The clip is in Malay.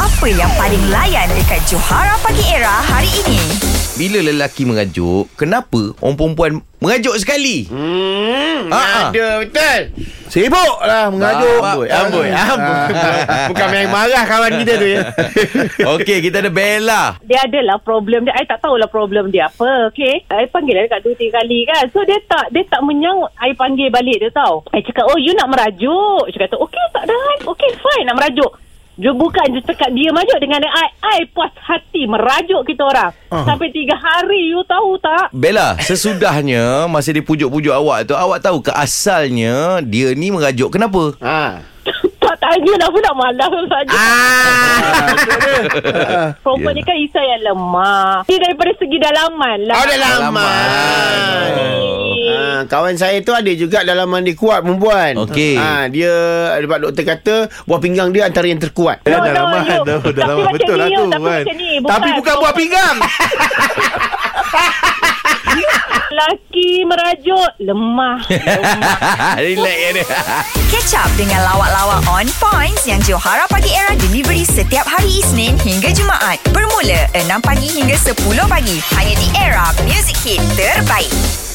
Apa yang paling layan dekat Johara Pagi Era hari ini? Bila lelaki mengajuk, kenapa orang perempuan mengajuk sekali? Hmm, Ah. ada betul. Ah, Sibuk lah mengajuk. Amboi, amboi, ah. amboi. Bukan main marah kawan kita tu ya. Ah. Okey, kita ada Bella. dia adalah problem dia. I tak tahulah problem dia apa, okay? I panggil dia dekat dua tiga kali kan. So, dia tak dia tak menyangkut I panggil balik dia tau. I cakap, oh you nak merajuk? Dia kata, okay tak ada. Okay fine nak merajuk. Dia bukan dia cakap dia merajuk dengan I. I puas hati merajuk kita orang. Uh. Sampai tiga hari you tahu tak? Bella, sesudahnya masa dia pujuk-pujuk awak tu, awak tahu ke asalnya dia ni mengajuk kenapa? ha. tak tanya dah pula malas saja. Ah, Ah. Perempuan ni kan Isa yang lemah. Dia daripada segi dalaman lah. Oh, dah lama. Alamak. Ha, kawan saya tu ada juga dalaman dia kuat perempuan. Okey. Ha, dia sebab doktor kata buah pinggang dia antara yang terkuat. No, dah no, lama, you- dah- dah tapi lama. macam Betul lah you, tu, tapi kan. macam ni, Tapi bukan buah pinggang. Lelaki merajuk Lemah Relax ya dia. Catch up dengan lawak-lawak on points yang Johara Pagi Era delivery setiap hari Isnin hingga Jumaat. Bermula 6 pagi hingga 10 pagi. Hanya di Era Music Hit Terbaik.